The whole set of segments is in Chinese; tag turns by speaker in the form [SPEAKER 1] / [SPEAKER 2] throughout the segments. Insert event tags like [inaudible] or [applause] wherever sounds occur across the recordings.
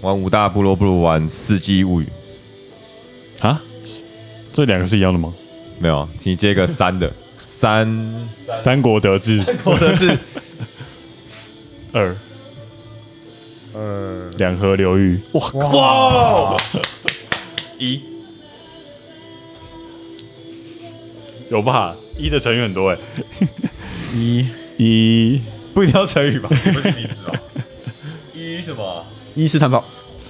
[SPEAKER 1] 玩五大部落不如玩《世纪物语》。
[SPEAKER 2] 啊，这两个是一样的吗？
[SPEAKER 1] 没有，你接个三 [laughs] 的三
[SPEAKER 2] 三国得志
[SPEAKER 1] 国的字，
[SPEAKER 2] [laughs] 二
[SPEAKER 3] 呃，
[SPEAKER 2] 两河流域，哇，
[SPEAKER 1] 哇，一
[SPEAKER 2] 有吧？一的成语很
[SPEAKER 1] [laughs]
[SPEAKER 2] 多哎，
[SPEAKER 3] 一
[SPEAKER 2] 一
[SPEAKER 1] 不一定要成语吧？不是名字哦，一什么？
[SPEAKER 3] 伊斯坦堡，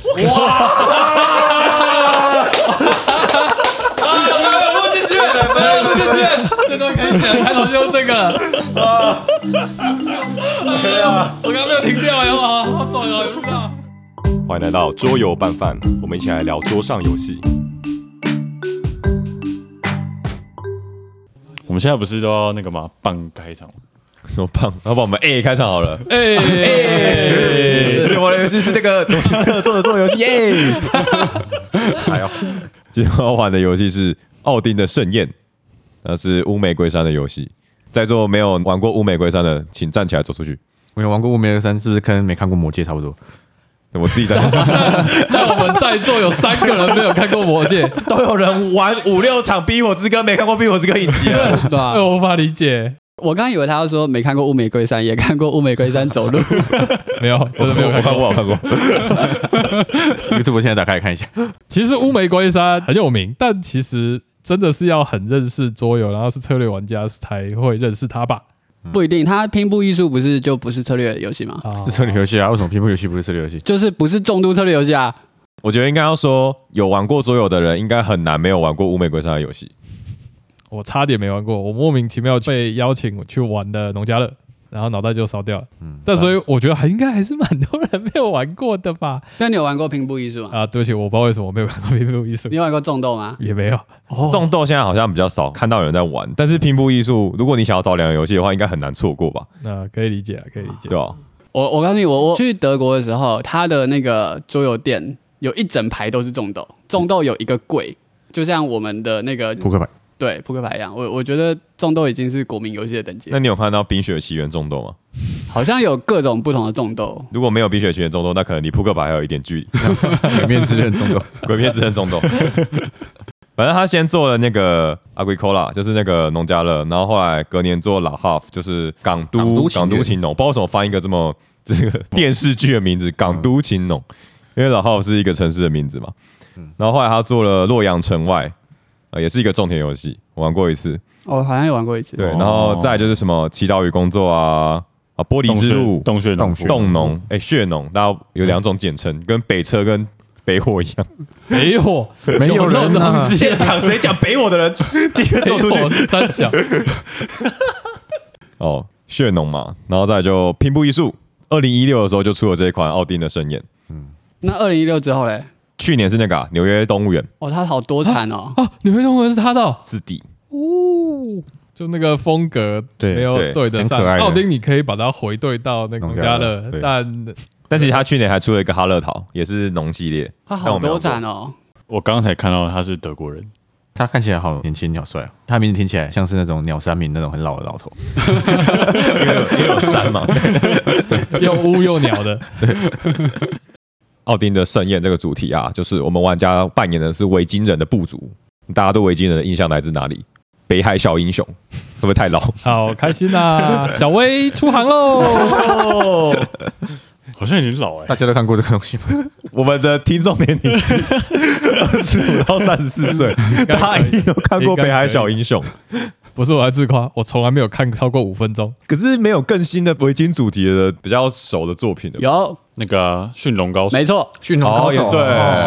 [SPEAKER 4] 录进去了，没有录进去，这段可以剪，开头就用这个了。啊！我刚刚没有停掉，哎呦，好好爽哦，有录到。
[SPEAKER 5] 欢迎来到桌游拌饭，我们一起来聊桌上游戏。
[SPEAKER 2] 我们现在不是都要那个吗？棒开场吗，
[SPEAKER 1] 什么棒？要不我们 A 开场好了。 [laughs]
[SPEAKER 4] 哎哎，
[SPEAKER 1] 今天玩的游戏是那个董强乐做的做的
[SPEAKER 3] [laughs]
[SPEAKER 1] 游戏耶。还有，今天要玩的游戏是《奥丁的盛宴》，那是乌玫瑰山的游戏。在座没有玩过乌玫瑰山的，请站起来走出去。
[SPEAKER 3] 我有玩过《乌梅尔三》，是不是跟没看过《魔戒》差不 [laughs] 多？
[SPEAKER 1] 我自己在，
[SPEAKER 4] 那我们在座有三个人没有看过《魔戒》，
[SPEAKER 1] 都有人玩五六场《逼我之歌》，没看过《逼我之歌》
[SPEAKER 2] [laughs]
[SPEAKER 1] 影集了。
[SPEAKER 6] 对吧、
[SPEAKER 4] 哎，我无法理解。
[SPEAKER 6] 我刚刚以为他要说没看过《乌玫瑰山》，也看过《乌玫瑰山走路》，
[SPEAKER 4] 没有，真的没有
[SPEAKER 1] 我
[SPEAKER 4] 看
[SPEAKER 1] 看过，
[SPEAKER 4] 过。
[SPEAKER 1] 我看 [laughs] 过。
[SPEAKER 3] YouTube 现在打开来看一下，
[SPEAKER 4] 其实乌玫瑰山很有名，但其实真的是要很认识桌游，然后是策略玩家才会认识它吧？
[SPEAKER 6] 不一定。他拼布艺术不是就不是策略游戏吗？
[SPEAKER 4] 啊
[SPEAKER 3] 是，策略游戏啊？为什么屏幕游戏不是策略游戏？
[SPEAKER 6] 就是不是重度策略游戏啊？
[SPEAKER 1] 我觉得应该要说，有玩过桌游的人，应该很难没有玩过乌玫瑰山的游戏。
[SPEAKER 4] 我差点没玩过，我莫名其妙被邀请去玩的农家乐，然后脑袋就烧掉了。
[SPEAKER 3] 嗯，
[SPEAKER 4] 但所以我觉得还应该还是蛮多人没有玩过的吧？
[SPEAKER 6] 但你有玩过拼布艺术
[SPEAKER 3] 嗯
[SPEAKER 6] 吗？
[SPEAKER 4] 啊，对不起，我不知道为什么我没有玩过 [laughs] 《冰幕艺术
[SPEAKER 6] 你》，有玩过种豆吗？
[SPEAKER 4] 也没有。哦，
[SPEAKER 1] 种豆现在好像比较少看到有人在玩，但是拼布艺术，如果你想要找两个游戏的话，应该很难错过吧？
[SPEAKER 4] 那可以理解，啊，可以理解
[SPEAKER 1] 对。吧、
[SPEAKER 6] 我我告诉你，我我去德国的时候，他的那个桌游店有一整排都是种豆，种豆有一个柜，就像我们的那个
[SPEAKER 3] 扑克牌，
[SPEAKER 6] 对扑克牌一样。我我觉得种豆已经是国民游戏的等级
[SPEAKER 1] 那，你有看到《冰雪奇缘》种豆吗？
[SPEAKER 6] 好像有各种不同的种豆。
[SPEAKER 1] 如果没有《冰雪奇缘》种豆，那可能离扑克牌还有一点距离。
[SPEAKER 3] 两面之刃中 [laughs] 斗，
[SPEAKER 1] 鬼片之刃种豆， [laughs] 反正他先做了那个 Agricola，就是那个农家乐，然后后来隔年做 La Havre，就是港
[SPEAKER 3] 港
[SPEAKER 1] 都
[SPEAKER 3] 都情
[SPEAKER 1] 港
[SPEAKER 3] 人
[SPEAKER 1] 都情农，哦不知道为什么翻一个这么这个电视剧的名字《港都情农》，因为 La Havre 是一个城市的名字嘛。然后后来他做了洛阳城外，呃，也是一个种田游戏，我玩过一次。
[SPEAKER 6] 我好像有玩过一次。
[SPEAKER 1] 对，
[SPEAKER 2] 哦
[SPEAKER 1] 然后再来就是什么祈祷与工作啊啊，玻璃之路、
[SPEAKER 2] 洞穴
[SPEAKER 3] 洞
[SPEAKER 2] 洞
[SPEAKER 3] 穴
[SPEAKER 2] 穴
[SPEAKER 1] 洞农，哎、血农，大家有两种简称，跟北车跟北火一样。
[SPEAKER 4] 没有，
[SPEAKER 3] 没有
[SPEAKER 4] 有这
[SPEAKER 3] 人
[SPEAKER 4] 种
[SPEAKER 3] 啊
[SPEAKER 4] 东西，
[SPEAKER 1] 现场谁讲北火的人，第一个
[SPEAKER 4] 没
[SPEAKER 1] 走出
[SPEAKER 4] 有 [laughs]
[SPEAKER 1] 去。
[SPEAKER 4] 是三小。
[SPEAKER 1] 哦，血农嘛，然后再来就拼布艺术，二零一六的时候就出了这一款奥丁的盛宴。
[SPEAKER 6] 那二零一六之后嘞？
[SPEAKER 1] 去年是那个啊纽、约动物园
[SPEAKER 6] 哦，他好多产哦。
[SPEAKER 4] 哦，纽约动物园是他的哦
[SPEAKER 1] 四 D，
[SPEAKER 4] 哦，就那个风格
[SPEAKER 3] 对
[SPEAKER 4] 没有
[SPEAKER 1] 对
[SPEAKER 4] 对得上
[SPEAKER 3] 很可爱。的
[SPEAKER 4] 奥丁，你可以把它回对到那个农家乐
[SPEAKER 3] 农家乐，对
[SPEAKER 4] 但
[SPEAKER 1] 但其实他去年还出了一个哈乐桃，也是农系列。
[SPEAKER 6] 他
[SPEAKER 1] 但
[SPEAKER 6] 好
[SPEAKER 1] 我没有
[SPEAKER 6] 多
[SPEAKER 1] 做
[SPEAKER 6] 展哦，
[SPEAKER 2] 我刚才看到他是德国人，
[SPEAKER 3] 他看起来好年轻，鸟帅啊！他名字听起来像是那种鸟山明那种很老的老头，
[SPEAKER 1] 因为有因为有山
[SPEAKER 6] [laughs]
[SPEAKER 1] 嘛。
[SPEAKER 4] 又乌又鸟的，
[SPEAKER 1] 奥丁的盛宴这个主题啊，就是我们玩家扮演的是维京人的部族。大家对维京人的印象来自哪里？北海小英雄，会不会太老？
[SPEAKER 4] 好开心 [laughs] 呐！小薇出航喽！
[SPEAKER 2] 好像已经老哎
[SPEAKER 3] 大，家都看过这个东 [laughs] 西吗？
[SPEAKER 1] [laughs] 我们的听众年龄是二十五到三十四
[SPEAKER 6] [laughs]
[SPEAKER 1] 岁，
[SPEAKER 4] 该可
[SPEAKER 1] 大
[SPEAKER 4] 以
[SPEAKER 1] 家一定有看过《北海小英雄》，
[SPEAKER 4] [laughs] 不是我在自夸，我从来没有看超过五分钟。
[SPEAKER 1] 可是没有更新的维京主题的比较熟的作品的。
[SPEAKER 6] 有，
[SPEAKER 2] 那个啊驯龙高手
[SPEAKER 6] 没错，
[SPEAKER 3] 驯龙
[SPEAKER 1] 哦，也对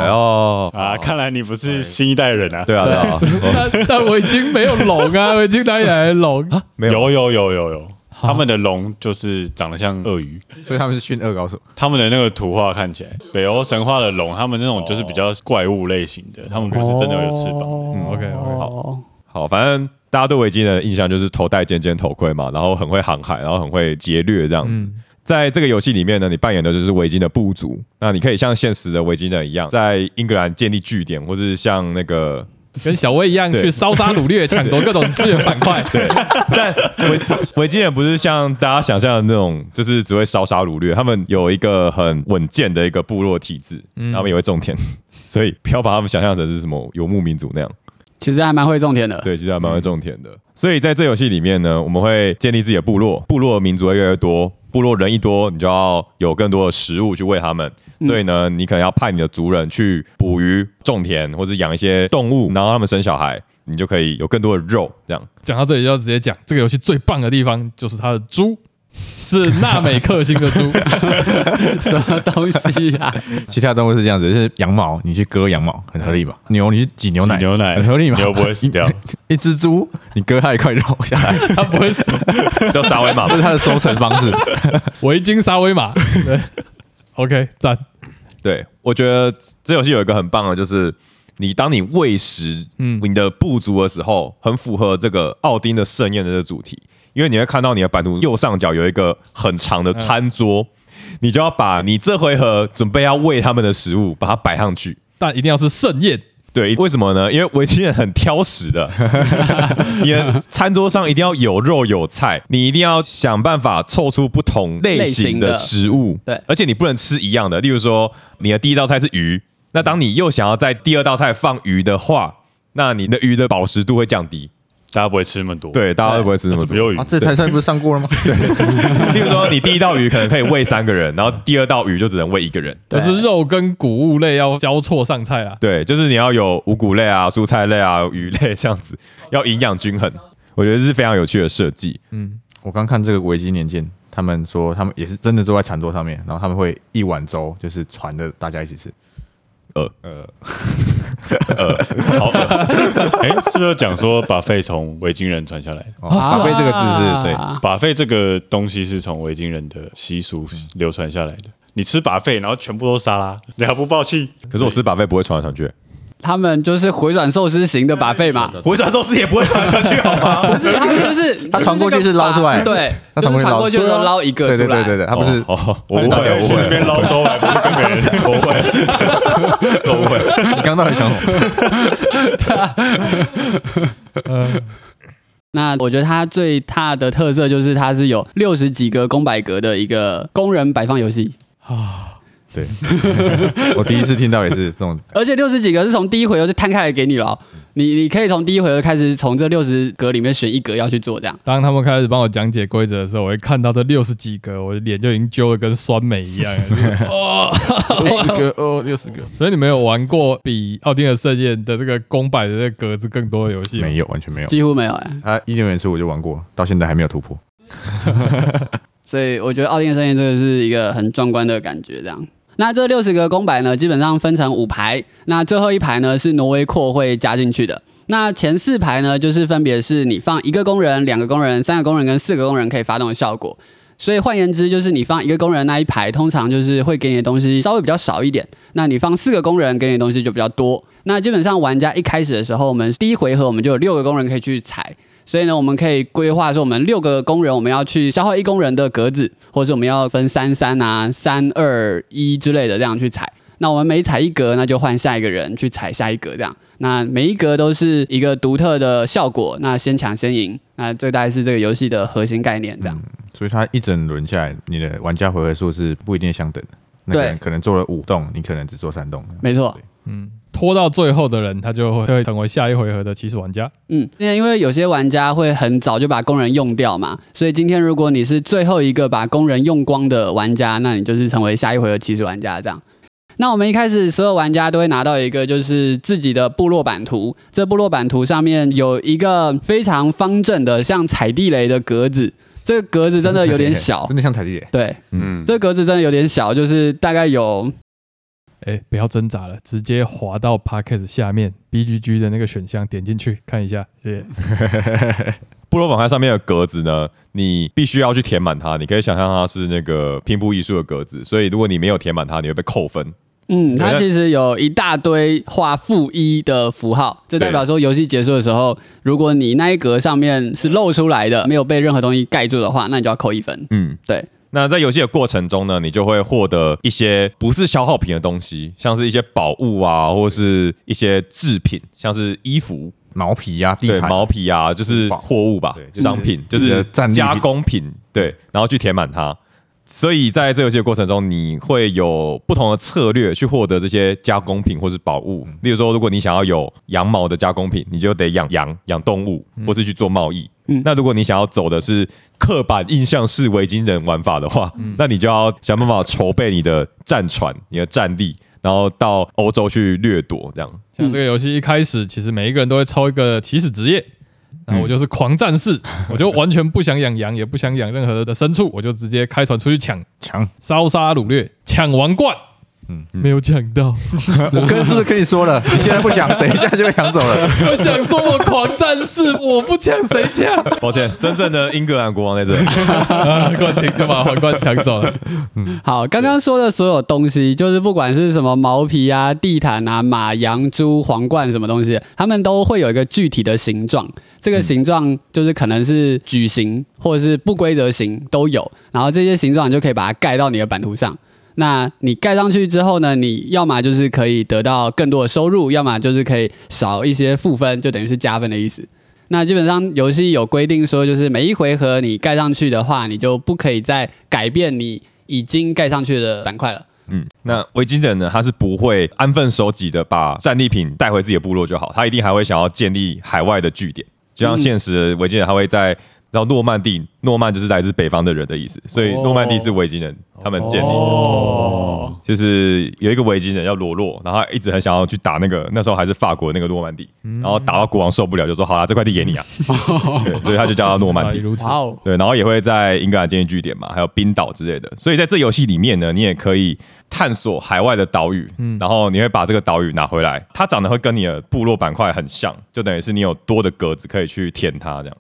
[SPEAKER 1] 哦，
[SPEAKER 2] 啊，看来你不是新一代人啊。
[SPEAKER 1] 对啊，对啊， [laughs] 哦
[SPEAKER 4] 但但我已经没有龙 [laughs] 啊，我已经哪里来的龙？
[SPEAKER 1] 没有
[SPEAKER 2] 有有有有有，他们的龙就是长得像鳄鱼，
[SPEAKER 3] 所以他们是驯恶高手。
[SPEAKER 2] 他们的那个图画看起来，北欧神话的龙，他们那种就是比较怪物类型的，他们不是真的有翅膀。
[SPEAKER 1] 哦
[SPEAKER 4] 嗯，OK
[SPEAKER 6] 哦
[SPEAKER 4] OK，
[SPEAKER 6] 好，
[SPEAKER 1] 好，反正大家对维京人的印象就是头戴尖尖头盔嘛，然后很会航海，然后很会劫掠这样子。
[SPEAKER 4] 嗯
[SPEAKER 1] 在这个游戏里面呢，你扮演的就是维京的部族，那你可以像现实的维京人一样，在英格兰建立据点，或是像那个
[SPEAKER 4] 跟小薇一样
[SPEAKER 1] 对
[SPEAKER 4] 去烧杀掳掠，抢夺各种资源板块。 [laughs] 对，
[SPEAKER 1] 但维维京人不是像大家想象的那种，就是只会烧杀掳掠，他们有一个很稳健的一个部落体制，然后他们也会种田， [laughs] 所以不要把他们想象成是什么游牧民族那样。
[SPEAKER 6] 其实还蛮会种田的。
[SPEAKER 1] 对，其实还蛮会种田的。所以在这游戏里面呢，我们会建立自己的部落，部落的民族会越来越多，部落人一多，你就要有更多的食物去喂他们。嗯所以呢，你可能要派你的族人去捕鱼、种田，或者养一些动物，然后他们生小孩，你就可以有更多的肉。这样，
[SPEAKER 4] 讲到这里就要直接讲，这个游戏最棒的地方就是它的猪是纳美克星的 [laughs] 猪，
[SPEAKER 6] 什么 [laughs] 东西啊？
[SPEAKER 3] 其他动物是这样子，就是羊毛，你去割羊毛很合理吧？牛，你去挤牛奶，
[SPEAKER 2] 挤牛奶
[SPEAKER 3] 很合理嘛？
[SPEAKER 2] 牛不会死
[SPEAKER 1] [laughs]
[SPEAKER 2] 掉
[SPEAKER 3] [laughs] 一只猪，你割它一块肉下 [laughs] 来，
[SPEAKER 4] 它不会死。
[SPEAKER 1] 叫沙威玛
[SPEAKER 3] 这。是它的收成方式。
[SPEAKER 4] 维京沙威玛， [laughs] 对，OK，赞，
[SPEAKER 1] 对，我觉得这游戏有一个很棒的，就是你当你喂食
[SPEAKER 4] 嗯
[SPEAKER 1] 你的部族的时候，很符合这个奥丁的盛宴的这个主题，因为你会看到你的版图右上角有一个很长的餐桌，你就要把你这回合准备要喂他们的食物把它摆上去。
[SPEAKER 4] 但一定要是盛宴，
[SPEAKER 1] 对，为什么呢？因为维京人很挑食 [laughs] 的，你的餐桌上一定要有肉有菜，你一定要想办法凑出不同类型的食物。
[SPEAKER 6] 类型的对
[SPEAKER 1] 而且你不能吃一样的。例如说，你的第一道菜是鱼，那当你又想要在第二道菜放鱼的话，那你的鱼的饱食度会降低。
[SPEAKER 2] 大家不会吃那么多。
[SPEAKER 1] 对，大家都不会吃那
[SPEAKER 2] 那
[SPEAKER 1] 么
[SPEAKER 2] 怎么
[SPEAKER 1] 多。哦
[SPEAKER 2] 有鱼
[SPEAKER 3] [laughs] 啊，？这台赛不是上过了吗？对，
[SPEAKER 1] 例如说，你第一道鱼可能可以喂三个人，然后第二道鱼就只能喂一个人。
[SPEAKER 4] 就
[SPEAKER 6] 对
[SPEAKER 4] 是肉跟谷物类要交错上菜啊啦。
[SPEAKER 1] 对，就是你要有五谷类啊、蔬菜类啊、鱼类这样子，要营养均衡。我觉得这是非常有趣的设计。
[SPEAKER 3] 我刚看这个维基年鉴，他们说他们也是真的坐在餐桌上面，然后他们会一碗粥，就是传着大家一起吃。
[SPEAKER 2] 好 [laughs] 饿，哎，是不是有讲说把肺从维京人传下来的？
[SPEAKER 3] 哦，咖啡这个字是对，
[SPEAKER 6] 啊
[SPEAKER 2] 把肺这个东西是从维京人的习俗流传下来的。你吃把肺，然后全部都沙拉，你还不爆气？
[SPEAKER 1] 可是我吃把费不会传来传去，
[SPEAKER 6] 他们就是回转寿司型的把费嘛，
[SPEAKER 1] 回转寿司也不会传来传去，好哦吗？
[SPEAKER 6] 不是他们就是
[SPEAKER 3] 他传过去是捞出来
[SPEAKER 6] 对，
[SPEAKER 3] 他传过去
[SPEAKER 6] 就
[SPEAKER 3] 捞
[SPEAKER 6] 是传过去的时候捞一个
[SPEAKER 3] 对对
[SPEAKER 6] 出来
[SPEAKER 3] 对对对，他不是
[SPEAKER 1] 哦， [laughs] 我误
[SPEAKER 2] 大
[SPEAKER 1] 会，
[SPEAKER 2] 家
[SPEAKER 1] 我误
[SPEAKER 2] 去
[SPEAKER 1] [laughs]
[SPEAKER 2] 那
[SPEAKER 1] 会，
[SPEAKER 2] 边捞粥，还不是跟别人？
[SPEAKER 1] 我误会，我误会。
[SPEAKER 3] 你刚到底
[SPEAKER 6] [laughs]
[SPEAKER 3] 想什么？
[SPEAKER 4] 呃
[SPEAKER 6] 那我觉得它最大的特色就是它是有六十几个公百格的一个工人摆放游戏，
[SPEAKER 3] 对，我第一次听到也是这种，
[SPEAKER 6] 而且六十几个是从第一回合就摊开来给你了哦，你你可以从第一回合开始从这六十格里面选一格要去做这样。
[SPEAKER 4] 当他们开始帮我讲解规则的时候，我一看到这六十几个，我的脸就已经揪的跟酸梅一样了。就是
[SPEAKER 3] 六十个哦，六十个
[SPEAKER 4] 所以你们有玩过比《奥丁的盛宴》的这个公版的这个格子更多的游戏吗？
[SPEAKER 3] 没有，完全没有。
[SPEAKER 6] 几乎没有哎、
[SPEAKER 3] 他一六年初我就玩过，到现在还没有突破。
[SPEAKER 6] 所以我觉得奥丁的盛宴真的是一个很壮观的感觉。这样，那这六十个公牌呢，基本上分成五排，那最后一排呢是挪威扩会加进去的。那前四排呢，就是分别是你放一个工人、两个工人、三个工人跟四个工人可以发动的效果。所以换言之，就是你放一个工人那一排，通常就是会给你的东西稍微比较少一点。那你放四个工人，给你的东西就比较多。那基本上玩家一开始的时候，我们第一回合我们就有六个工人可以去踩，所以呢，我们可以规划说，我们六个工人，我们要去消耗一工人的格子，或者我们要分三三啊、三二一之类的这样去踩。那我们每踩一格，那就换下一个人去踩下一格，这样。那每一格都是一个独特的效果，那先抢先赢。那这大概是这个游戏的核心概念，这样。
[SPEAKER 3] 嗯所以它一整轮下来，你的玩家回合数是不一定相等的。那个
[SPEAKER 6] 对
[SPEAKER 3] 人可能做了五栋，你可能只做三栋。
[SPEAKER 6] 没错。
[SPEAKER 4] 嗯拖到最后的人，他就会会成为下一回合的起始玩家。
[SPEAKER 6] 嗯，那因为有些玩家会很早就把工人用掉嘛，所以今天如果你是最后一个把工人用光的玩家，那你就是成为下一回合起始玩家这样。那我们一开始所有玩家都会拿到一个就是自己的部落版图，这部落版图上面有一个非常方正的像踩地雷的格子，这个格子真的有点小
[SPEAKER 3] [laughs] 真，的像踩地雷。
[SPEAKER 6] 对，
[SPEAKER 5] 嗯，
[SPEAKER 6] 这个格子真的有点小，就是大概有
[SPEAKER 4] 哎、不要挣扎了，直接滑到 Podcast 下面 B G G 的那个选项，点进去看一下。谢谢。
[SPEAKER 1] 部落板块上面的格子呢，你必须要去填满它。你可以想象它是那个拼布艺术的格子，所以如果你没有填满它，你会被扣分。
[SPEAKER 6] 嗯，
[SPEAKER 1] 对
[SPEAKER 6] 它
[SPEAKER 1] 那
[SPEAKER 6] 其实有一大堆画负一的符号，这代表说游戏结束的时候，如果你那一格上面是露出来的，没有被任何东西盖住的话，那你就要扣一分。
[SPEAKER 1] 嗯，
[SPEAKER 6] 对，
[SPEAKER 1] 那在游戏的过程中呢，你就会获得一些不是消耗品的东西，像是一些宝物啊，或是一些制品，像是衣服、
[SPEAKER 3] 毛皮呀、地
[SPEAKER 1] 对
[SPEAKER 3] 毯、
[SPEAKER 1] 毛皮啊，就是货物吧
[SPEAKER 3] 对，就是
[SPEAKER 1] 商品就
[SPEAKER 3] 你的
[SPEAKER 1] 是
[SPEAKER 3] 战利品
[SPEAKER 1] 加工品，对，然后去填满它。所以在这游戏的过程中，你会有不同的策略去获得这些加工品或是宝物。
[SPEAKER 3] 嗯
[SPEAKER 1] 例如说，如果你想要有羊毛的加工品，你就得养羊、养动物，或是去做贸易。
[SPEAKER 6] 嗯
[SPEAKER 1] 那如果你想要走的是刻板印象式维京人玩法的话，
[SPEAKER 3] 嗯
[SPEAKER 1] 那你就要想办法筹备你的战船、你的战力，然后到欧洲去掠夺这样。
[SPEAKER 4] 像这个游戏一开始，其实每一个人都会抽一个起始职业。然后我就是狂战士，我就完全不想养羊，也不想养任何的牲畜，我就直接开船出去抢
[SPEAKER 3] 墙。
[SPEAKER 4] 烧杀掳掠，抢王冠。嗯，没有抢到。
[SPEAKER 3] 我跟是不是跟你说了？你现在不想，等一下就被抢走了。
[SPEAKER 4] [laughs] 我想说，我狂战 [laughs] 士，我不抢谁抢？
[SPEAKER 1] 抱歉，真正的英格兰国王在这里。
[SPEAKER 4] 啊，冠廷就把皇冠抢走了。
[SPEAKER 6] 好，刚刚说的所有东西，就是不管是什么毛皮啊、地毯啊、马、羊、猪、皇冠什么东西，它们都会有一个具体的形状。这个形状就是可能是矩形或者是不规则形都有，然后这些形状你就可以把它盖到你的版图上。那你盖上去之后呢，你要么就是可以得到更多的收入，要么就是可以少一些负分，就等于是加分的意思。那基本上游戏有规定说，就是每一回合你盖上去的话，你就不可以再改变你已经盖上去的板块了。
[SPEAKER 1] 嗯，那维京人呢，他是不会安分守己的把战利品带回自己的部落就好，他一定还会想要建立海外的据点，就像现实的维京人，他会在。然后诺曼底，诺曼就是来自北方的人的意思，所以诺曼底是维京人，他们建立的。
[SPEAKER 4] 哦，
[SPEAKER 1] 就是有一个维京人叫罗洛，然后他一直很想要去打那个那时候还是法国那个诺曼底，然后打到国王受不了，就说好啦，这块地给你啊，对，所以他就叫他啊诺曼
[SPEAKER 4] 原
[SPEAKER 1] 底。
[SPEAKER 4] 来啊如此。
[SPEAKER 6] 哇哦！
[SPEAKER 1] 对，然后也会在英格兰建立据点嘛，还有冰岛之类的。所以在这游戏里面呢，你也可以探索海外的岛屿，
[SPEAKER 6] 嗯
[SPEAKER 1] 然后你会把这个岛屿拿回来，它长得会跟你的部落板块很像，就等于是你有多的格子可以去填它这样。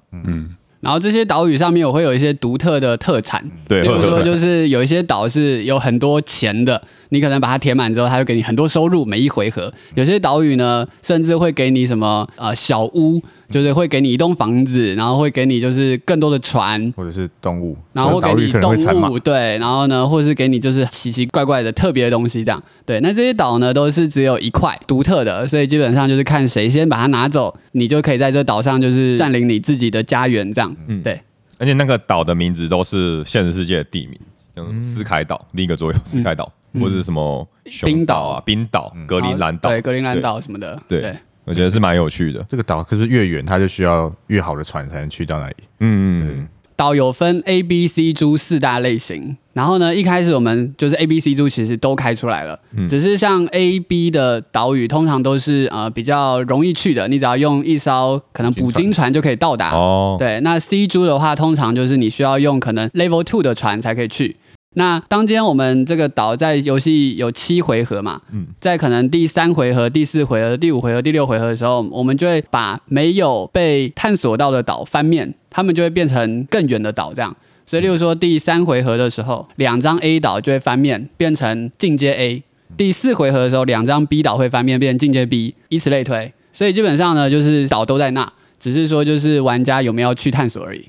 [SPEAKER 6] 然后这些岛屿上面我会有一些独特的特产，
[SPEAKER 1] 嗯对
[SPEAKER 6] 例如
[SPEAKER 1] 会有特
[SPEAKER 6] 说
[SPEAKER 1] 产
[SPEAKER 6] 就是有一些岛是有很多钱的，你可能把它填满之后，它会给你很多收入，每一回合。有些岛屿呢，甚至会给你什么呃小屋，就是会给你一栋房子，然后会给你就是更多的船，
[SPEAKER 3] 或者是动物，
[SPEAKER 6] 然后
[SPEAKER 3] 岛
[SPEAKER 6] 会给
[SPEAKER 3] 屿
[SPEAKER 6] 你
[SPEAKER 3] 可能会产马
[SPEAKER 6] 动物，对，然后呢，或是给你就是奇奇怪怪的特别的东西，这样，对。那这些岛呢，都是只有一块独特的，所以基本上就是看谁先把它拿走，你就可以在这岛上就是占领你自己的家园，这样，
[SPEAKER 1] 嗯
[SPEAKER 6] 对。
[SPEAKER 1] 而且那个岛的名字都是现实世界的地名，像什么斯凯岛、另一个左右斯凯岛，
[SPEAKER 6] 嗯
[SPEAKER 1] 或者什么熊岛啊、冰岛、格陵兰岛，
[SPEAKER 6] 对，格陵兰岛什么的，
[SPEAKER 1] 对
[SPEAKER 6] 对。
[SPEAKER 1] 我觉得是蛮有趣的。
[SPEAKER 3] 这个岛可是越远，它就需要越好的船才能去到那里。
[SPEAKER 1] 嗯，
[SPEAKER 6] 岛有分 A、B、C 猪四大类型，然后呢，一开始我们就是 A、B、C 猪其实都开出来了，只是像 A、B 的岛屿通常都是呃比较容易去的，你只要用一艘可能捕鲸船就可以到达。
[SPEAKER 1] 哦，
[SPEAKER 6] 对，那 C 珠的话，通常就是你需要用可能 Level Two 的船才可以去。那当今天我们这个岛在游戏有七回合嘛，
[SPEAKER 1] 嗯
[SPEAKER 6] 在可能第三回合、第四回合、第五回合、第六回合的时候，我们就会把没有被探索到的岛翻面，它们就会变成更远的岛这样。所以，例如说第三回合的时候，两张 A 岛就会翻面，变成进阶 A；第四回合的时候，两张 B 岛会翻面，变成进阶 B，以此类推。所以基本上呢，就是岛都在那，只是说就是玩家有没有去探索而已。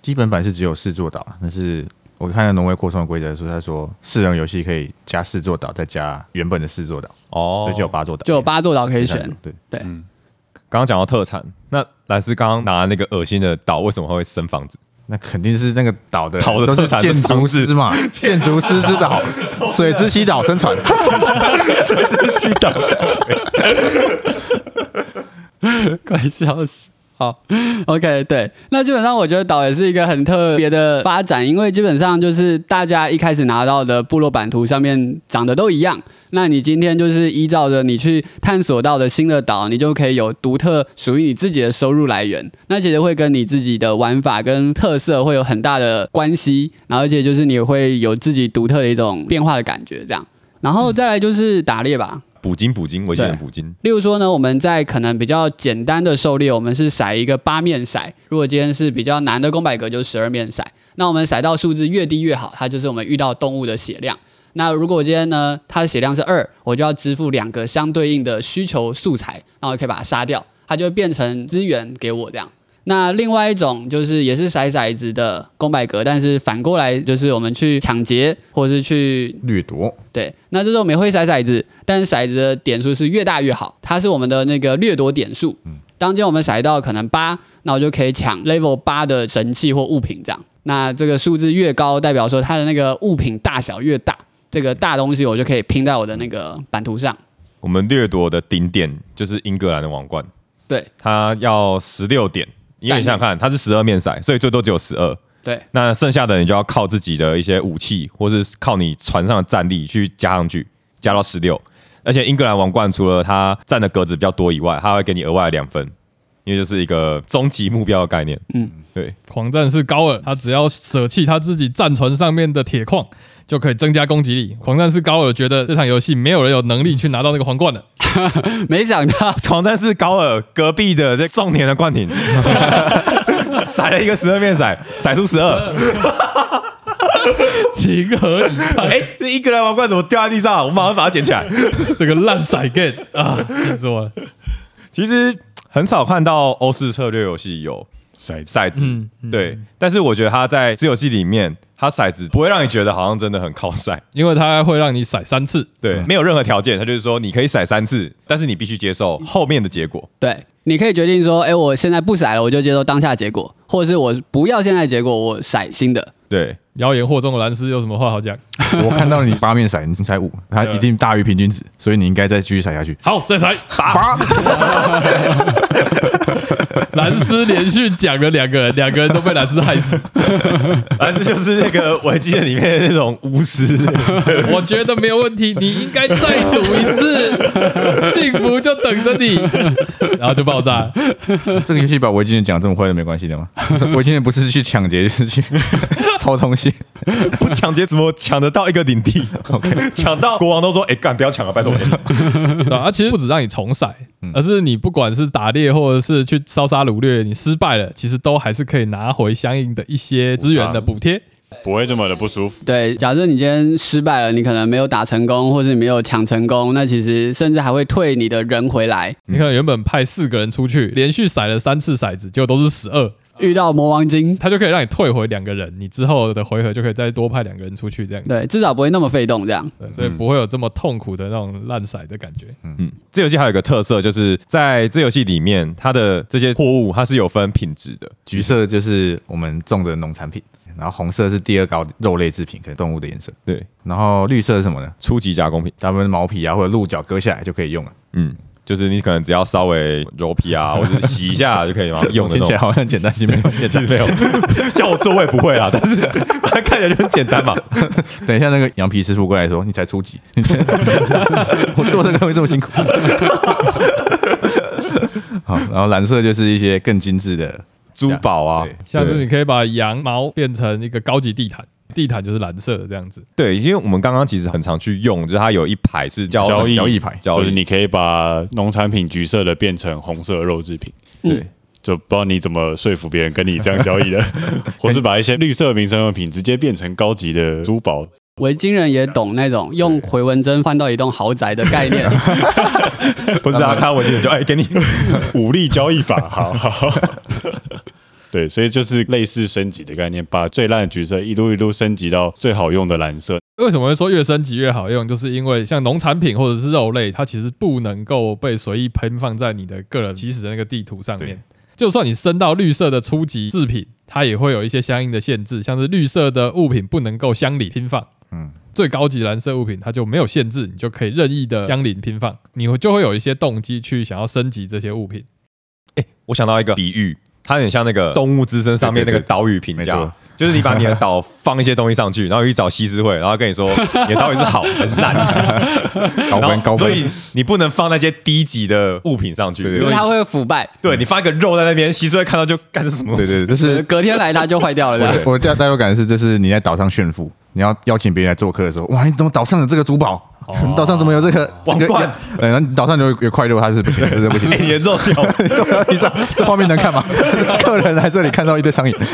[SPEAKER 3] 基本版是只有四座岛，啊但是我看到挪威扩充的规则说，他说四人游戏可以加四座岛，再加原本的四座岛，
[SPEAKER 1] 哦，
[SPEAKER 3] 所以就有八座岛，
[SPEAKER 6] 就有八座岛可以
[SPEAKER 3] 可以
[SPEAKER 6] 选。
[SPEAKER 3] 对，
[SPEAKER 1] 刚刚讲到特产，那兰斯刚刚拿那个恶心的岛，为什么会生房
[SPEAKER 6] [laughs]
[SPEAKER 1] 子？
[SPEAKER 3] 那肯定是那个岛的
[SPEAKER 1] 岛的
[SPEAKER 3] 都
[SPEAKER 1] 特
[SPEAKER 3] 是
[SPEAKER 1] 产是
[SPEAKER 3] 建
[SPEAKER 1] 房
[SPEAKER 3] 筑
[SPEAKER 1] 子
[SPEAKER 3] 师 [laughs] 嘛，建筑师之岛，水之西岛生产。
[SPEAKER 6] 快笑死！好，OK，对， [laughs] 那基本上我觉得岛也是一个很特别的发展，因为基本上就是大家一开始拿到的部落版图上面长得都一样，那你今天就是依照着你去探索到的新的岛，你就可以有独特属于你自己的收入来源，那其实会跟你自己的玩法跟特色会有很大的关系，然后而且就是你会有自己独特的一种变化的感觉，这样，然后再来就是打猎吧，
[SPEAKER 1] 捕鲸，捕鲸，维京人
[SPEAKER 6] 对
[SPEAKER 1] 捕鲸。
[SPEAKER 6] 例如说呢，我们在可能比较简单的狩猎，我们是骰一个八面骰；如果今天是比较难的公百格，就是十二面骰。那我们骰到数字越低越好，它就是我们遇到动物的血量。那如果今天呢，它的血量是二，我就要支付两个相对应的需求素材，然后可以把它杀掉，它就会变成资源给我这样。那另外一种就是也是骰骰子的公百格，但是反过来就是我们去抢劫或是去
[SPEAKER 3] [laughs] 掠夺，
[SPEAKER 6] 对，那这时候我们也会骰骰子，但是骰子的点数是越大越好，它是我们的那个掠夺点数。当今天我们骰到可能八，那我就可以抢 level 八的神器或物品这样。那这个数字越高，代表说它的那个物品大小越大，这个大东西我就可以拼在我的那个版图上。
[SPEAKER 1] 我们掠夺的顶点就是英格兰的王冠，
[SPEAKER 6] 对
[SPEAKER 1] 它要十六点，因为你想想看，它是十二面骰，所以最多只有十二。
[SPEAKER 6] 对，
[SPEAKER 1] 那剩下的你就要靠自己的一些武器，或是靠你船上的战力去加上去，加到十六。而且英格兰王冠除了它占的格子比较多以外，它还会给你额外的两分，因为就是一个终极目标的概念。
[SPEAKER 6] 嗯，
[SPEAKER 1] 对，
[SPEAKER 4] 狂战士高尔，他只要舍弃他自己战船上面的铁矿，就可以增加攻击力。狂战士高尔觉得这场游戏没有人有能力去拿到那个皇冠了，
[SPEAKER 6] 没想到
[SPEAKER 1] [laughs] 狂战士高尔隔壁的这种田的冠 [laughs] 廷，甩了一个十二面骰，骰出十二。
[SPEAKER 4] 情何以堪？
[SPEAKER 1] 哎，这英格兰王冠怎么掉在地上？我马上把它捡起 [laughs] 来。
[SPEAKER 4] [laughs] 这个烂骰 game 啊，气死我了！
[SPEAKER 1] 其实很少看到欧式策略游戏有
[SPEAKER 2] 骰子
[SPEAKER 1] 骰子，
[SPEAKER 4] 嗯嗯
[SPEAKER 1] 对。但是我觉得它在这游戏里面，它骰子不会让你觉得好像真的很靠赛，
[SPEAKER 4] 因为它会让你骰三次，
[SPEAKER 1] 对，没有任何条件，它就是说你可以骰三次，但是你必须接受后面的结果。
[SPEAKER 6] 对，你可以决定说，哎，我现在不骰了，我就接受当下结果，或者是我不要现在结果，我骰新的。
[SPEAKER 1] [laughs] 对，
[SPEAKER 4] 妖言惑众的兰斯有什么话好讲？
[SPEAKER 3] 我看到你八面骰，你才五，它一定大于平均值，所以你应该再继续骰下去。
[SPEAKER 4] 好，再猜八。 [laughs] 兰斯连续讲了两个人，两个人都被兰斯害死。
[SPEAKER 1] 但是就是那个维基的里面的那种巫师，
[SPEAKER 4] 我觉得没有问题，你应该再赌一次，幸福就等着你。然后就爆炸了，
[SPEAKER 3] 这个游戏把维京人讲这么坏的没关系的吗？ [laughs] 维京人不是去抢劫，就是去 [laughs] 偷东西。
[SPEAKER 1] 不抢劫怎么抢得到一个领地 [laughs] ？OK，抢到国王都说：“哎、干，不要抢了，拜托。”
[SPEAKER 4] 对啊，其实不止让你重骰，而是你不管是打猎或者是去烧杀掳掠，你失败了，其实都还是可以拿回相应的一些资源的补贴。
[SPEAKER 2] 不会这么的不舒服。
[SPEAKER 6] 对，假设你今天失败了，你可能没有打成功，或是你没有抢成功，那其实甚至还会退你的人回来。
[SPEAKER 4] 你看，原本派四个人出去，连续骰了三次骰子，结果都是十二，
[SPEAKER 6] 遇到魔王精，
[SPEAKER 4] 他就可以让你退回两个人，你之后的回合就可以再多派两个人出去，这样子，
[SPEAKER 6] 对，至少不会那么费动这样。
[SPEAKER 4] 对，所以不会有这么痛苦的那种烂骰的感觉。
[SPEAKER 1] 嗯，这游戏还有一个特色，就是在这游戏里面，它的这些货物它是有分品质的，
[SPEAKER 3] 橘色就是我们种的农产品，然后红色是第二高肉类制品，可能动物的颜色。
[SPEAKER 1] 对，
[SPEAKER 3] 然后绿色是什么呢？
[SPEAKER 1] 初级加工品。
[SPEAKER 3] 咱们毛皮啊或者鹿角割下来就可以用了。
[SPEAKER 1] 嗯，就是你可能只要稍微揉皮啊，或者是洗一下就可以吗？用的那
[SPEAKER 3] 听起
[SPEAKER 1] [laughs] 种。
[SPEAKER 3] 来好像简单，其实没有简
[SPEAKER 1] 其 [laughs]
[SPEAKER 3] 单
[SPEAKER 1] 实。没有，叫我做我也不会啦，但是 [laughs] 它看起来就很简单嘛。
[SPEAKER 3] 等一下那个羊皮师傅过来说，你才初级， [laughs] 我做这个会这么辛苦。 [laughs] 好，然后蓝色就是一些更精致的
[SPEAKER 1] 珠宝啊，
[SPEAKER 3] 对
[SPEAKER 4] 下次你可以把羊毛变成一个高级地毯，地毯就是蓝色的这样子。
[SPEAKER 1] 对，因为我们刚刚其实很常去用，就是它有一排是叫
[SPEAKER 2] 交易
[SPEAKER 3] 交易牌
[SPEAKER 1] 交
[SPEAKER 2] 就是
[SPEAKER 1] 易，
[SPEAKER 2] 你可以把农产品橘色的变成红色的肉制品，
[SPEAKER 1] 对，
[SPEAKER 2] 就不知道你怎么说服别人跟你这样交易的，或是把一些绿色民生用品直接变成高级的珠宝，
[SPEAKER 6] 维京人也懂那种用回纹针换到一栋豪宅的概念，
[SPEAKER 1] 不是啊，看我就就哎给你，
[SPEAKER 2] 武力交易法，好好。对，所以就是类似升级的概念，把最烂的橘色一路一路升级到最好用的蓝色。
[SPEAKER 4] 为什么会说越升级越好用？就是因为像农产品或者是肉类，它其实不能够被随意喷放在你的个人起始的那个地图上面
[SPEAKER 3] 对。
[SPEAKER 4] 就算你升到绿色的初级制品，它也会有一些相应的限制，像是绿色的物品不能够相邻拼放。
[SPEAKER 3] 嗯，
[SPEAKER 4] 最高级蓝色物品它就没有限制，你就可以任意的相邻拼放，你会就会有一些动机去想要升级这些物品。
[SPEAKER 1] 我想到一个比喻，它很像那个《动物之声》上面那个岛屿评
[SPEAKER 3] 对对没
[SPEAKER 1] 价
[SPEAKER 3] 错，
[SPEAKER 1] 就是你把你的岛放一些东西上去，然后去找西施会，然后跟你说你的岛屿是好还是烂，
[SPEAKER 3] [laughs] 高
[SPEAKER 1] 然
[SPEAKER 3] 分
[SPEAKER 1] 后
[SPEAKER 3] 高
[SPEAKER 1] 所
[SPEAKER 3] 分。
[SPEAKER 1] 以你不能放那些低级的物品上去，
[SPEAKER 3] 对对
[SPEAKER 1] 因
[SPEAKER 6] 因
[SPEAKER 1] 为
[SPEAKER 6] 为它会腐败，
[SPEAKER 1] 对你放一个肉在那边，西施会看到就干这是什么东
[SPEAKER 3] 对
[SPEAKER 1] 西，
[SPEAKER 3] 对，对
[SPEAKER 1] [laughs]
[SPEAKER 3] 这是
[SPEAKER 6] 隔天来它就坏掉了这
[SPEAKER 3] [laughs]
[SPEAKER 6] 样。
[SPEAKER 3] 我的代代入感是，这是你在岛上炫富，你要邀请别人来做客的时候，哇，你怎么岛上有这个珠宝？你岛上怎么有这个
[SPEAKER 1] 王冠？
[SPEAKER 3] 这个呃然后你岛上有有块肉，它是不行的，这是不行
[SPEAKER 1] 哎、
[SPEAKER 3] 的。 [laughs]
[SPEAKER 1] 你的肉掉了，
[SPEAKER 3] 你知道这画面能看吗？客人来这里看到一堆 [laughs] 苍蝇，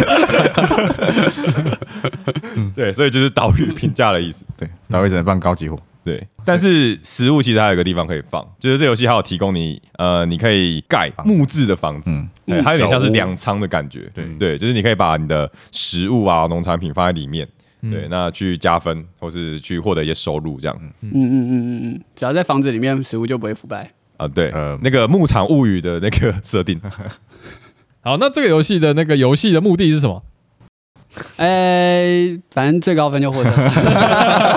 [SPEAKER 1] 对，所以就是岛屿评价的意思。
[SPEAKER 3] 对，他会只能放高级货。
[SPEAKER 1] 对，但是食物其实还有一个地方可以放， [laughs] 就是这游戏还有提供你呃，你可以盖木质的房子，
[SPEAKER 3] 嗯
[SPEAKER 1] 对，还有点像是
[SPEAKER 2] 小屋
[SPEAKER 1] 粮仓的感觉。
[SPEAKER 3] 对
[SPEAKER 1] 对，就是你可以把你的食物啊、农产品放在里面，对，那去加分或是去获得一些收入这样。
[SPEAKER 6] 嗯嗯嗯嗯嗯，只要在房子里面，食物就不会腐败。
[SPEAKER 1] 啊，对，
[SPEAKER 3] 呃
[SPEAKER 1] 那个《牧场物语》的那个设定，
[SPEAKER 4] 好，那这个游戏的那个游戏的目的是什么？ [laughs]
[SPEAKER 6] 哎、反正最高分就获得了。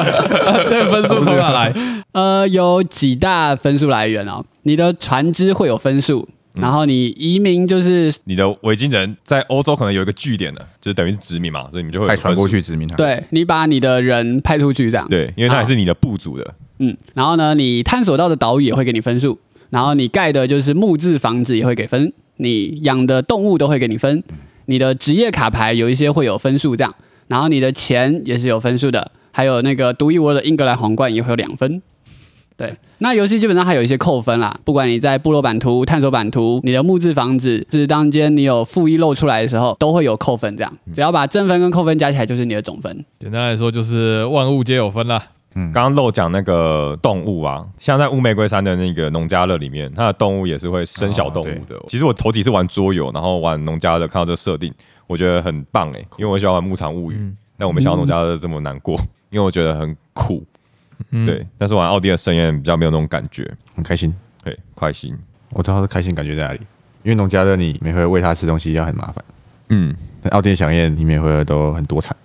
[SPEAKER 4] 这个分数从哪来？
[SPEAKER 3] [laughs]
[SPEAKER 6] 呃，有几大分数来源哦，你的船只会有分数，然后你移民就是
[SPEAKER 1] 你的维京人在欧洲可能有一个据点的，就是等于是殖民嘛，所以你们就会有
[SPEAKER 3] 派船
[SPEAKER 1] 分
[SPEAKER 3] 过
[SPEAKER 1] 数。
[SPEAKER 3] 去殖民它。，
[SPEAKER 6] 对你把你的人派出去这样。，
[SPEAKER 1] 对，因为它也是你的部族的，
[SPEAKER 6] 嗯，然后呢，你探索到的岛屿也会给你分数，然后你盖的就是木质房子也会给分，你养的动物都会给你分，你的职业卡牌有一些会有分数这样，然后你的钱也是有分数的，还有那个独一无二的英格兰皇冠也会有两分。对，那游戏基本上还有一些扣分啦，不管你在部落版图、探索版图，你的木质房子是当间你有负一露出来的时候，都会有扣分，这样只要把正分跟扣分加起来就是你的总分。
[SPEAKER 4] 简单来说就是万物皆有分啦。
[SPEAKER 3] 嗯
[SPEAKER 1] 刚刚漏讲那个动物啊，像在乌玫瑰山的那个农家乐里面，它的动物也是会生小动物的。
[SPEAKER 4] 哦
[SPEAKER 1] 其实我头几次玩桌游，然后玩农家乐，看到这个设定， [laughs] 我觉得很棒哎、因为我喜欢玩牧场物语，
[SPEAKER 4] 嗯
[SPEAKER 1] 但我没想到农家乐这么难过， [laughs] 因为我觉得很苦。
[SPEAKER 4] 嗯，
[SPEAKER 1] 对，但是玩奥地利的盛宴比较没有那种感觉，
[SPEAKER 3] 很开心。
[SPEAKER 1] 对，快心。
[SPEAKER 3] 我知道它的开心感觉在哪里，因为农家乐你每回喂它吃东西要很麻烦，
[SPEAKER 1] 嗯，
[SPEAKER 3] 但奥地利小宴你每回都很多产。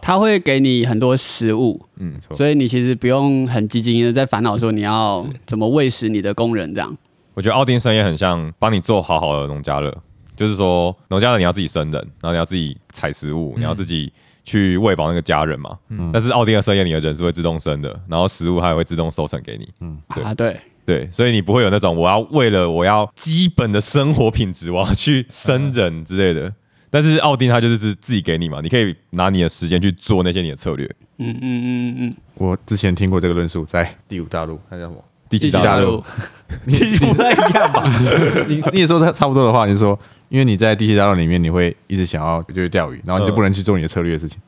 [SPEAKER 6] 它会给你很多食物，
[SPEAKER 1] 嗯
[SPEAKER 6] 嗯
[SPEAKER 1] 没，
[SPEAKER 6] 所以你其实不用很积极的在烦恼说你要怎么喂食你的工人这样。
[SPEAKER 1] 我觉得奥丁生也很像帮你做好好的农家乐，就是说农家乐你要自己生人，然后你要自己采食物，
[SPEAKER 3] 嗯
[SPEAKER 1] 你要自己去喂饱那个家人嘛。但是奥丁的生宴，你的人是会自动生的，然后食物它也会自动收成给你。
[SPEAKER 3] 嗯
[SPEAKER 1] 对
[SPEAKER 6] 啊，对，
[SPEAKER 1] 对，所以你不会有那种我要为了我要基本的生活品质，我要去生人之类
[SPEAKER 3] 嗯
[SPEAKER 1] 的。但是奥丁他就是自自己给你嘛，你可以拿你的时间去做那些你的策略。
[SPEAKER 6] 嗯嗯嗯嗯嗯，
[SPEAKER 3] 我之前听过这个论述，在第五大陆，那叫什么？
[SPEAKER 1] 第
[SPEAKER 6] 地
[SPEAKER 1] 七
[SPEAKER 6] 级
[SPEAKER 1] 大
[SPEAKER 6] 大
[SPEAKER 1] 陆
[SPEAKER 6] 陆，
[SPEAKER 3] 你不太一样吧？ [laughs] 你你也说它差不多的话，你是说，因为你在第七大陆里面，你会一直想要就是钓鱼，然后你就不能去做你的策略的事情，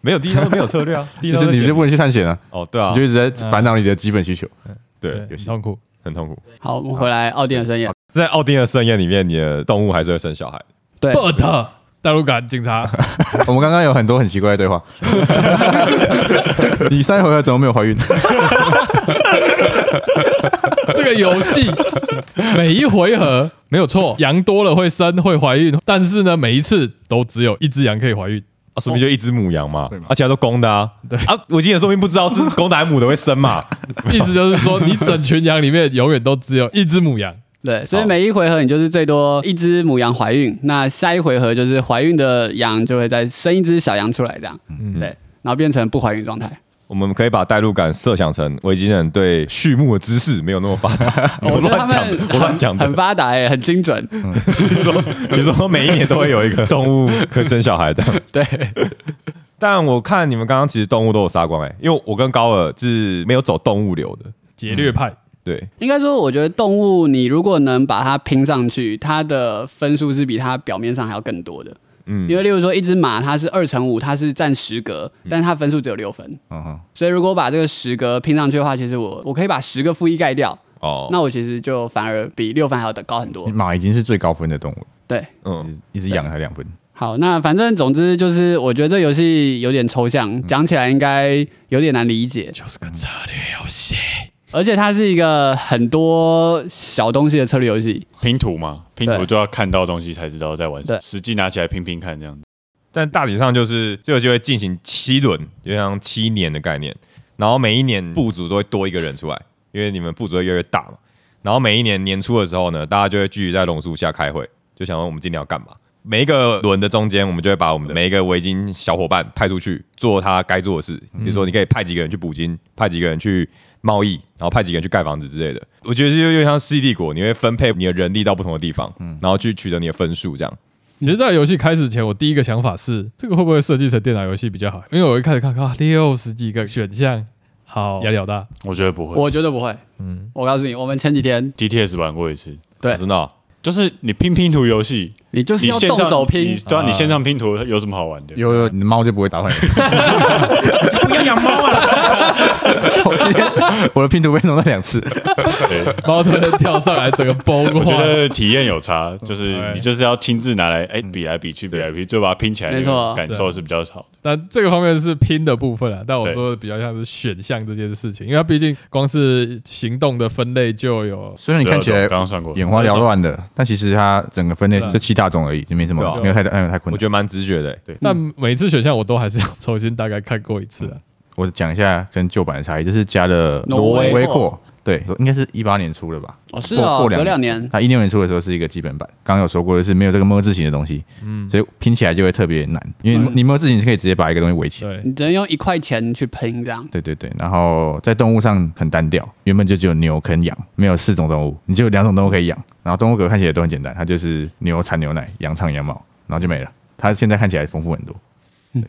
[SPEAKER 1] 没有第一大陆没有策略啊，第一
[SPEAKER 3] 就
[SPEAKER 1] 大陆
[SPEAKER 3] 是 [laughs] 你就不能去探险了，
[SPEAKER 1] 哦对啊
[SPEAKER 3] 你就，一直在烦恼你的基本需求。
[SPEAKER 1] 对，
[SPEAKER 4] 很痛苦。
[SPEAKER 1] 很痛苦。
[SPEAKER 6] 好，我们回来奥丁的盛宴。
[SPEAKER 1] 在奥丁的盛宴里面，你的动物还是会生小孩。
[SPEAKER 6] 对，
[SPEAKER 4] [laughs] But 大陆感警 [laughs] 察，
[SPEAKER 3] [laughs] 我们刚刚有很多很奇怪的对 [laughs] 话。你三回合怎么没有 [laughs] 怀孕？
[SPEAKER 4] 这个游戏每一回合没有错，羊多了会生会怀孕，但是呢，每一次都只有一只羊可以怀 [laughs] 孕。
[SPEAKER 1] 啊，说明
[SPEAKER 6] 哦
[SPEAKER 1] 就一只母羊嘛
[SPEAKER 3] 对嘛，
[SPEAKER 1] 而且它都公的啊。
[SPEAKER 4] 对
[SPEAKER 1] 啊，我今天说明不知道
[SPEAKER 6] [laughs]
[SPEAKER 1] 是公的还是母的会生嘛。
[SPEAKER 4] 意思就是说，你整群羊里面永远都只有一只母羊。
[SPEAKER 6] 对，所以每一回合你就是最多一只母羊怀孕，那下一回合就是怀孕的羊就会再生一只小羊出来这样，
[SPEAKER 4] 嗯，
[SPEAKER 6] 对，然后变成不怀孕状态。。
[SPEAKER 1] 我们可以把代入感设想成维京人对畜牧的知识没有那么发达
[SPEAKER 6] [laughs] 我觉得他
[SPEAKER 1] 乱讲
[SPEAKER 6] 们，
[SPEAKER 1] [laughs] 我乱讲
[SPEAKER 6] 很
[SPEAKER 1] 的
[SPEAKER 6] 很。发达哎，很精准。
[SPEAKER 1] 你说每一年都会有一个动物可以生小孩的，
[SPEAKER 6] [laughs] 对，
[SPEAKER 1] 但我看你们刚刚其实动物都有杀光哎、欸，因为我跟高尔是没有走动物流的。
[SPEAKER 4] 劫掠派。
[SPEAKER 1] 对，
[SPEAKER 6] 应该说，我觉得动物你如果能把它拼上去，它的分数是比它表面上还要更多的。
[SPEAKER 1] 嗯
[SPEAKER 6] 因为例如说一只马它是二乘五，它是占十格，
[SPEAKER 4] 嗯
[SPEAKER 6] 但是它分数只有六分，
[SPEAKER 3] 嗯哼，
[SPEAKER 6] 所以如果我把这个十格拼上去的话，其实我我可以把十个负一盖掉，
[SPEAKER 1] 哦，
[SPEAKER 6] 那我其实就反而比六分还要高很
[SPEAKER 4] 嗯
[SPEAKER 6] 多。
[SPEAKER 3] 哦马已经是最高分的动物了，
[SPEAKER 6] 对，
[SPEAKER 1] 嗯，
[SPEAKER 3] 一直养才两分。
[SPEAKER 6] 好，那反正总之就是，我觉得这游戏有点抽象，讲起来应该有点难理解，
[SPEAKER 4] 嗯就是个策略游戏，
[SPEAKER 6] 而且它是一个很多小东西的策略游戏。
[SPEAKER 2] 拼图嘛，拼图
[SPEAKER 6] 对
[SPEAKER 2] 就要看到东西才知道在玩什么，
[SPEAKER 6] 对
[SPEAKER 2] 实际拿起来拼拼看这样子。
[SPEAKER 1] 但大体上就是这个就会进行七轮，就像七年的概念。然后每一年部族都会多一个人出来，因为你们部族会越来越大嘛。然后每一年年初的时候呢，大家就会聚集在榕树下开会，就想问我们今年要干嘛。每一个轮的中间，我们就会把我们的每一个围巾小伙伴派出去做他该做的事，比如说你可以派几个人去捕鲸，派几个人去贸易，然后派几个人去盖房子之类的。我觉得就有点像世纪帝国，你会分配你的人力到不同的地方，然后去取得你的分数，这样。
[SPEAKER 4] 其实，在游戏开始前，我第一个想法是，这个会不会设计成电脑游戏比较好？因为我一开始看，啊，六十几个选项，好压力好大。
[SPEAKER 2] 我觉得不会
[SPEAKER 6] 我觉得不会，
[SPEAKER 4] 嗯，
[SPEAKER 6] 我告诉你，我们前几天
[SPEAKER 2] ，DTS 玩过一次，
[SPEAKER 6] 对
[SPEAKER 1] 真的哦、
[SPEAKER 2] 就是你拼拼图游戏，
[SPEAKER 6] 你就是
[SPEAKER 2] 你
[SPEAKER 6] 要
[SPEAKER 2] 线
[SPEAKER 6] 动
[SPEAKER 2] 上
[SPEAKER 6] 手
[SPEAKER 2] 你
[SPEAKER 6] 拼，
[SPEAKER 2] 对啊，你线上拼图有什么好玩的？
[SPEAKER 3] 有有，你的猫就不会打坏你。 [laughs]
[SPEAKER 1] 不要养猫啊！
[SPEAKER 3] 我今天我的拼图被弄到两次，
[SPEAKER 2] 对，
[SPEAKER 4] 猫突然跳上来，整个崩
[SPEAKER 2] 我觉
[SPEAKER 4] 坏。
[SPEAKER 2] 得体验有差，
[SPEAKER 1] [laughs]
[SPEAKER 2] 就是
[SPEAKER 4] 对
[SPEAKER 1] 哎
[SPEAKER 2] 你就是要亲自拿
[SPEAKER 1] 嗯
[SPEAKER 2] 来，哎，比来比去，比来比去，最后把它拼起来，
[SPEAKER 6] 没错
[SPEAKER 2] 感受是比较好的。
[SPEAKER 4] 但这个方面是拼的部分啊，但我
[SPEAKER 2] 对
[SPEAKER 4] 说的比较像是选项这件事情，因为它毕竟光是行动的分类就
[SPEAKER 1] 嗯
[SPEAKER 4] 有
[SPEAKER 3] 虽然你看起
[SPEAKER 2] 12
[SPEAKER 3] 来
[SPEAKER 2] 种刚刚算过，
[SPEAKER 3] 眼花缭乱的，但其实它整个分类
[SPEAKER 4] 对啊
[SPEAKER 3] 就七大种而已，就没什
[SPEAKER 1] 对
[SPEAKER 3] 么
[SPEAKER 1] 啊，
[SPEAKER 3] 没有太大，没有太困
[SPEAKER 1] 我
[SPEAKER 3] 难
[SPEAKER 1] 觉。得蛮直觉的、欸，对，
[SPEAKER 4] 但每次选项我都还是要重新大概看过一次啊。
[SPEAKER 1] 嗯
[SPEAKER 3] 我讲一下跟旧版的差异，就是加了
[SPEAKER 6] 挪威
[SPEAKER 3] 威
[SPEAKER 6] 扩
[SPEAKER 3] 扩，对，应该是一八年出的吧？
[SPEAKER 6] 哦是
[SPEAKER 3] 过
[SPEAKER 6] 哦
[SPEAKER 3] 过，
[SPEAKER 6] 隔两
[SPEAKER 3] 年
[SPEAKER 6] 年，
[SPEAKER 3] 它一六年出的时候是一个基本版，刚刚有说过的是没有这个么字形的东西，嗯，所以拼起来就会特别难，因为
[SPEAKER 6] 嗯
[SPEAKER 3] 你么字形是可以直接把一个东西围起
[SPEAKER 1] 嗯
[SPEAKER 3] 来。
[SPEAKER 4] 对，
[SPEAKER 6] 你只能用一块钱去拼这样。
[SPEAKER 3] 对对对，然后在动物上很单调，原本就只有牛跟羊，没有四种动物，你就有两种动物可以养。然后动物格看起来都很简单，它就是牛产牛奶，羊唱羊毛，然后就没了。它现在看起来丰富很多。对。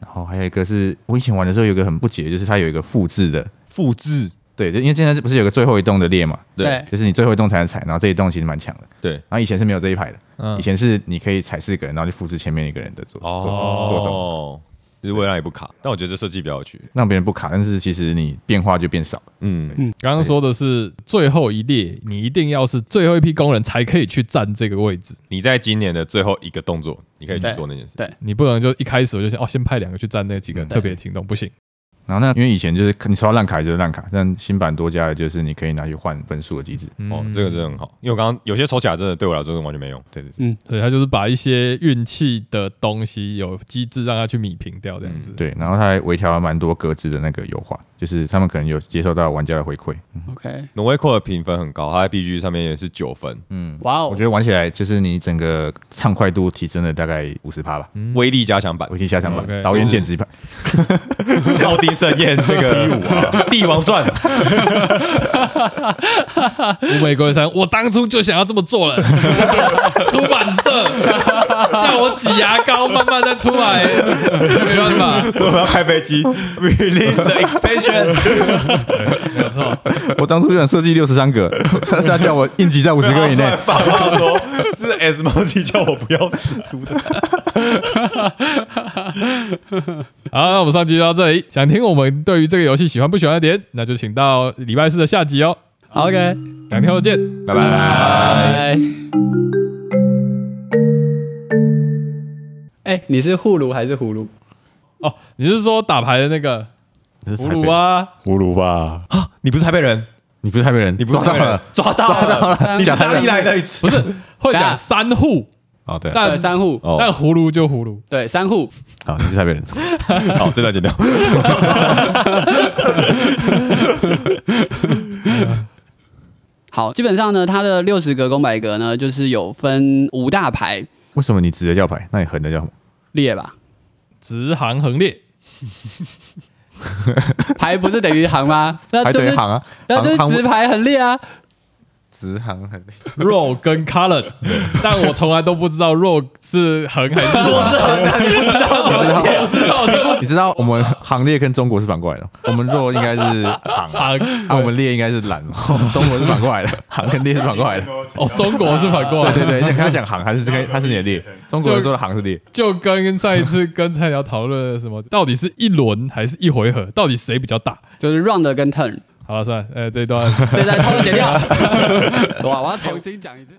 [SPEAKER 3] 然后还有一个是我以前玩的时候有一个很不解，就是它有一个复制的，
[SPEAKER 1] 复制
[SPEAKER 3] 对，就因为现在不是有个最后一栋的列嘛，
[SPEAKER 6] 对，
[SPEAKER 3] 就是你最后一栋才能踩，然后这一栋其实蛮强的。
[SPEAKER 1] 对
[SPEAKER 3] 然后以前是没有这一排的，
[SPEAKER 4] 嗯
[SPEAKER 3] 以前是你可以踩四个人，然后就复制前面一个人的做做做动。
[SPEAKER 1] 哦，就是为了让你不卡。但我觉得这设计比较有趣。
[SPEAKER 3] 让别人不卡，但是其实你变化就变少了。
[SPEAKER 1] 嗯，
[SPEAKER 4] 刚刚说的是最后一列，你一定要是最后一批工人才可以去占这个位置，
[SPEAKER 1] 你在今年的最后一个动作，你可以去
[SPEAKER 6] 对
[SPEAKER 1] 做那件事。
[SPEAKER 4] 你不能就一开始我就想哦，先派两个去占那几个
[SPEAKER 3] 嗯
[SPEAKER 4] 特别行动，不行。
[SPEAKER 3] 然后那因为以前就是你抽到烂卡就是烂卡，但新版多加的就是你可以拿去换分数的机制。
[SPEAKER 1] 哦
[SPEAKER 4] 嗯，
[SPEAKER 1] 这个真的很好，因为我刚刚有些抽起来真的对我来说真的完全没用。
[SPEAKER 3] 对对
[SPEAKER 6] 嗯，
[SPEAKER 4] 对，他就是把一些运气的东西有机制让他去米平掉，这样
[SPEAKER 1] 嗯
[SPEAKER 4] 子。
[SPEAKER 3] 对，然后它还微调了蛮多格子的那个优化，就是他们可能有接受到玩家的回馈。
[SPEAKER 6] OK，
[SPEAKER 1] 挪威扩的评分很高，它在 BG 上面也是九分，
[SPEAKER 3] 嗯，
[SPEAKER 6] 哇
[SPEAKER 3] 我
[SPEAKER 6] 哦
[SPEAKER 3] 觉，得玩起来就是你整个畅快度提升了大概五十趴吧。
[SPEAKER 1] 威力加强版
[SPEAKER 3] 我可以下场版，
[SPEAKER 4] OK，
[SPEAKER 3] 导演
[SPEAKER 4] 就是
[SPEAKER 3] 剪 [laughs] 辑版，
[SPEAKER 1] 《奥丁盛宴》那个 [laughs] 第五啊，《帝王 [laughs] 传》
[SPEAKER 4] 乌玫瑰山，我当初就想要这么做了。 [laughs] 出版社叫我挤牙膏，慢慢再出来，没办法，
[SPEAKER 1] 说我们要开飞机，Release the expansion。
[SPEAKER 4] 没有错。
[SPEAKER 3] 我当初就想设计六十三个， [laughs] 他叫我应急在五十个以内
[SPEAKER 1] 啊
[SPEAKER 3] [laughs]
[SPEAKER 1] 然后出来。放话说，是 S 猫 T 叫我不要试出
[SPEAKER 2] [laughs]
[SPEAKER 1] 的。
[SPEAKER 4] 好，那我们上集就到这里。想听我们对于这个游戏喜欢不喜欢的点，那就请到礼拜四的下集哦。
[SPEAKER 6] OK，
[SPEAKER 4] 两天后见。
[SPEAKER 3] 嗯
[SPEAKER 1] 拜拜。
[SPEAKER 6] 拜。哎，你是护炉还是葫芦？
[SPEAKER 4] 哦，你是说打牌的那个
[SPEAKER 3] 你是
[SPEAKER 4] 葫
[SPEAKER 3] 台北
[SPEAKER 4] 芦，啊？
[SPEAKER 2] 葫芦吧，
[SPEAKER 1] 你不是台北人，
[SPEAKER 3] 你不是台北人，
[SPEAKER 1] 你不是
[SPEAKER 3] 抓到
[SPEAKER 1] 台北人
[SPEAKER 3] 了，
[SPEAKER 1] 抓到了，你是哪里来的？
[SPEAKER 4] 不是，会
[SPEAKER 6] 等一下
[SPEAKER 4] 讲三户，
[SPEAKER 3] 哦， [laughs] 对，
[SPEAKER 4] 但
[SPEAKER 6] 对，三户，
[SPEAKER 1] 哦
[SPEAKER 4] 但葫芦就葫芦。
[SPEAKER 6] 对，三户。
[SPEAKER 3] 好，你是台北人，
[SPEAKER 1] 好，这段剪掉。
[SPEAKER 6] 好，基本上呢，它的六十格公百格呢，就是有分五大牌
[SPEAKER 3] [laughs] 为什么你直的叫牌，那你横的叫什么？
[SPEAKER 6] 列吧。
[SPEAKER 4] 直行横列，
[SPEAKER 6] 牌不是等于行吗？那
[SPEAKER 3] 还
[SPEAKER 6] 就
[SPEAKER 3] 等于
[SPEAKER 6] 是
[SPEAKER 3] 行啊，
[SPEAKER 6] 那就
[SPEAKER 3] 行
[SPEAKER 6] 是直牌很列啊。
[SPEAKER 3] 直行很
[SPEAKER 4] row 跟 color，但我从来都不知道 row 是横还是 [laughs] 我知道，
[SPEAKER 3] [laughs] 你知道我们行列跟中国是反过来的，我们弱应该是行，啊，
[SPEAKER 4] 行
[SPEAKER 3] 我们烈应该是蓝，中国是反过来的，行跟烈是反过来的。
[SPEAKER 4] 哦，中国是反过
[SPEAKER 3] 对
[SPEAKER 4] 来，
[SPEAKER 3] 对对，你跟他讲行，还是这个他是你的烈，中国人说的行是烈，
[SPEAKER 4] 就跟上一次跟菜鸟讨论的什么，到底是一轮还是一回合，到底谁比较大？
[SPEAKER 6] 就是 round 跟 turn， [laughs]
[SPEAKER 4] 好了，算了，呃，这一段
[SPEAKER 6] 这段偷偷剪掉。哇，我要重新讲一次。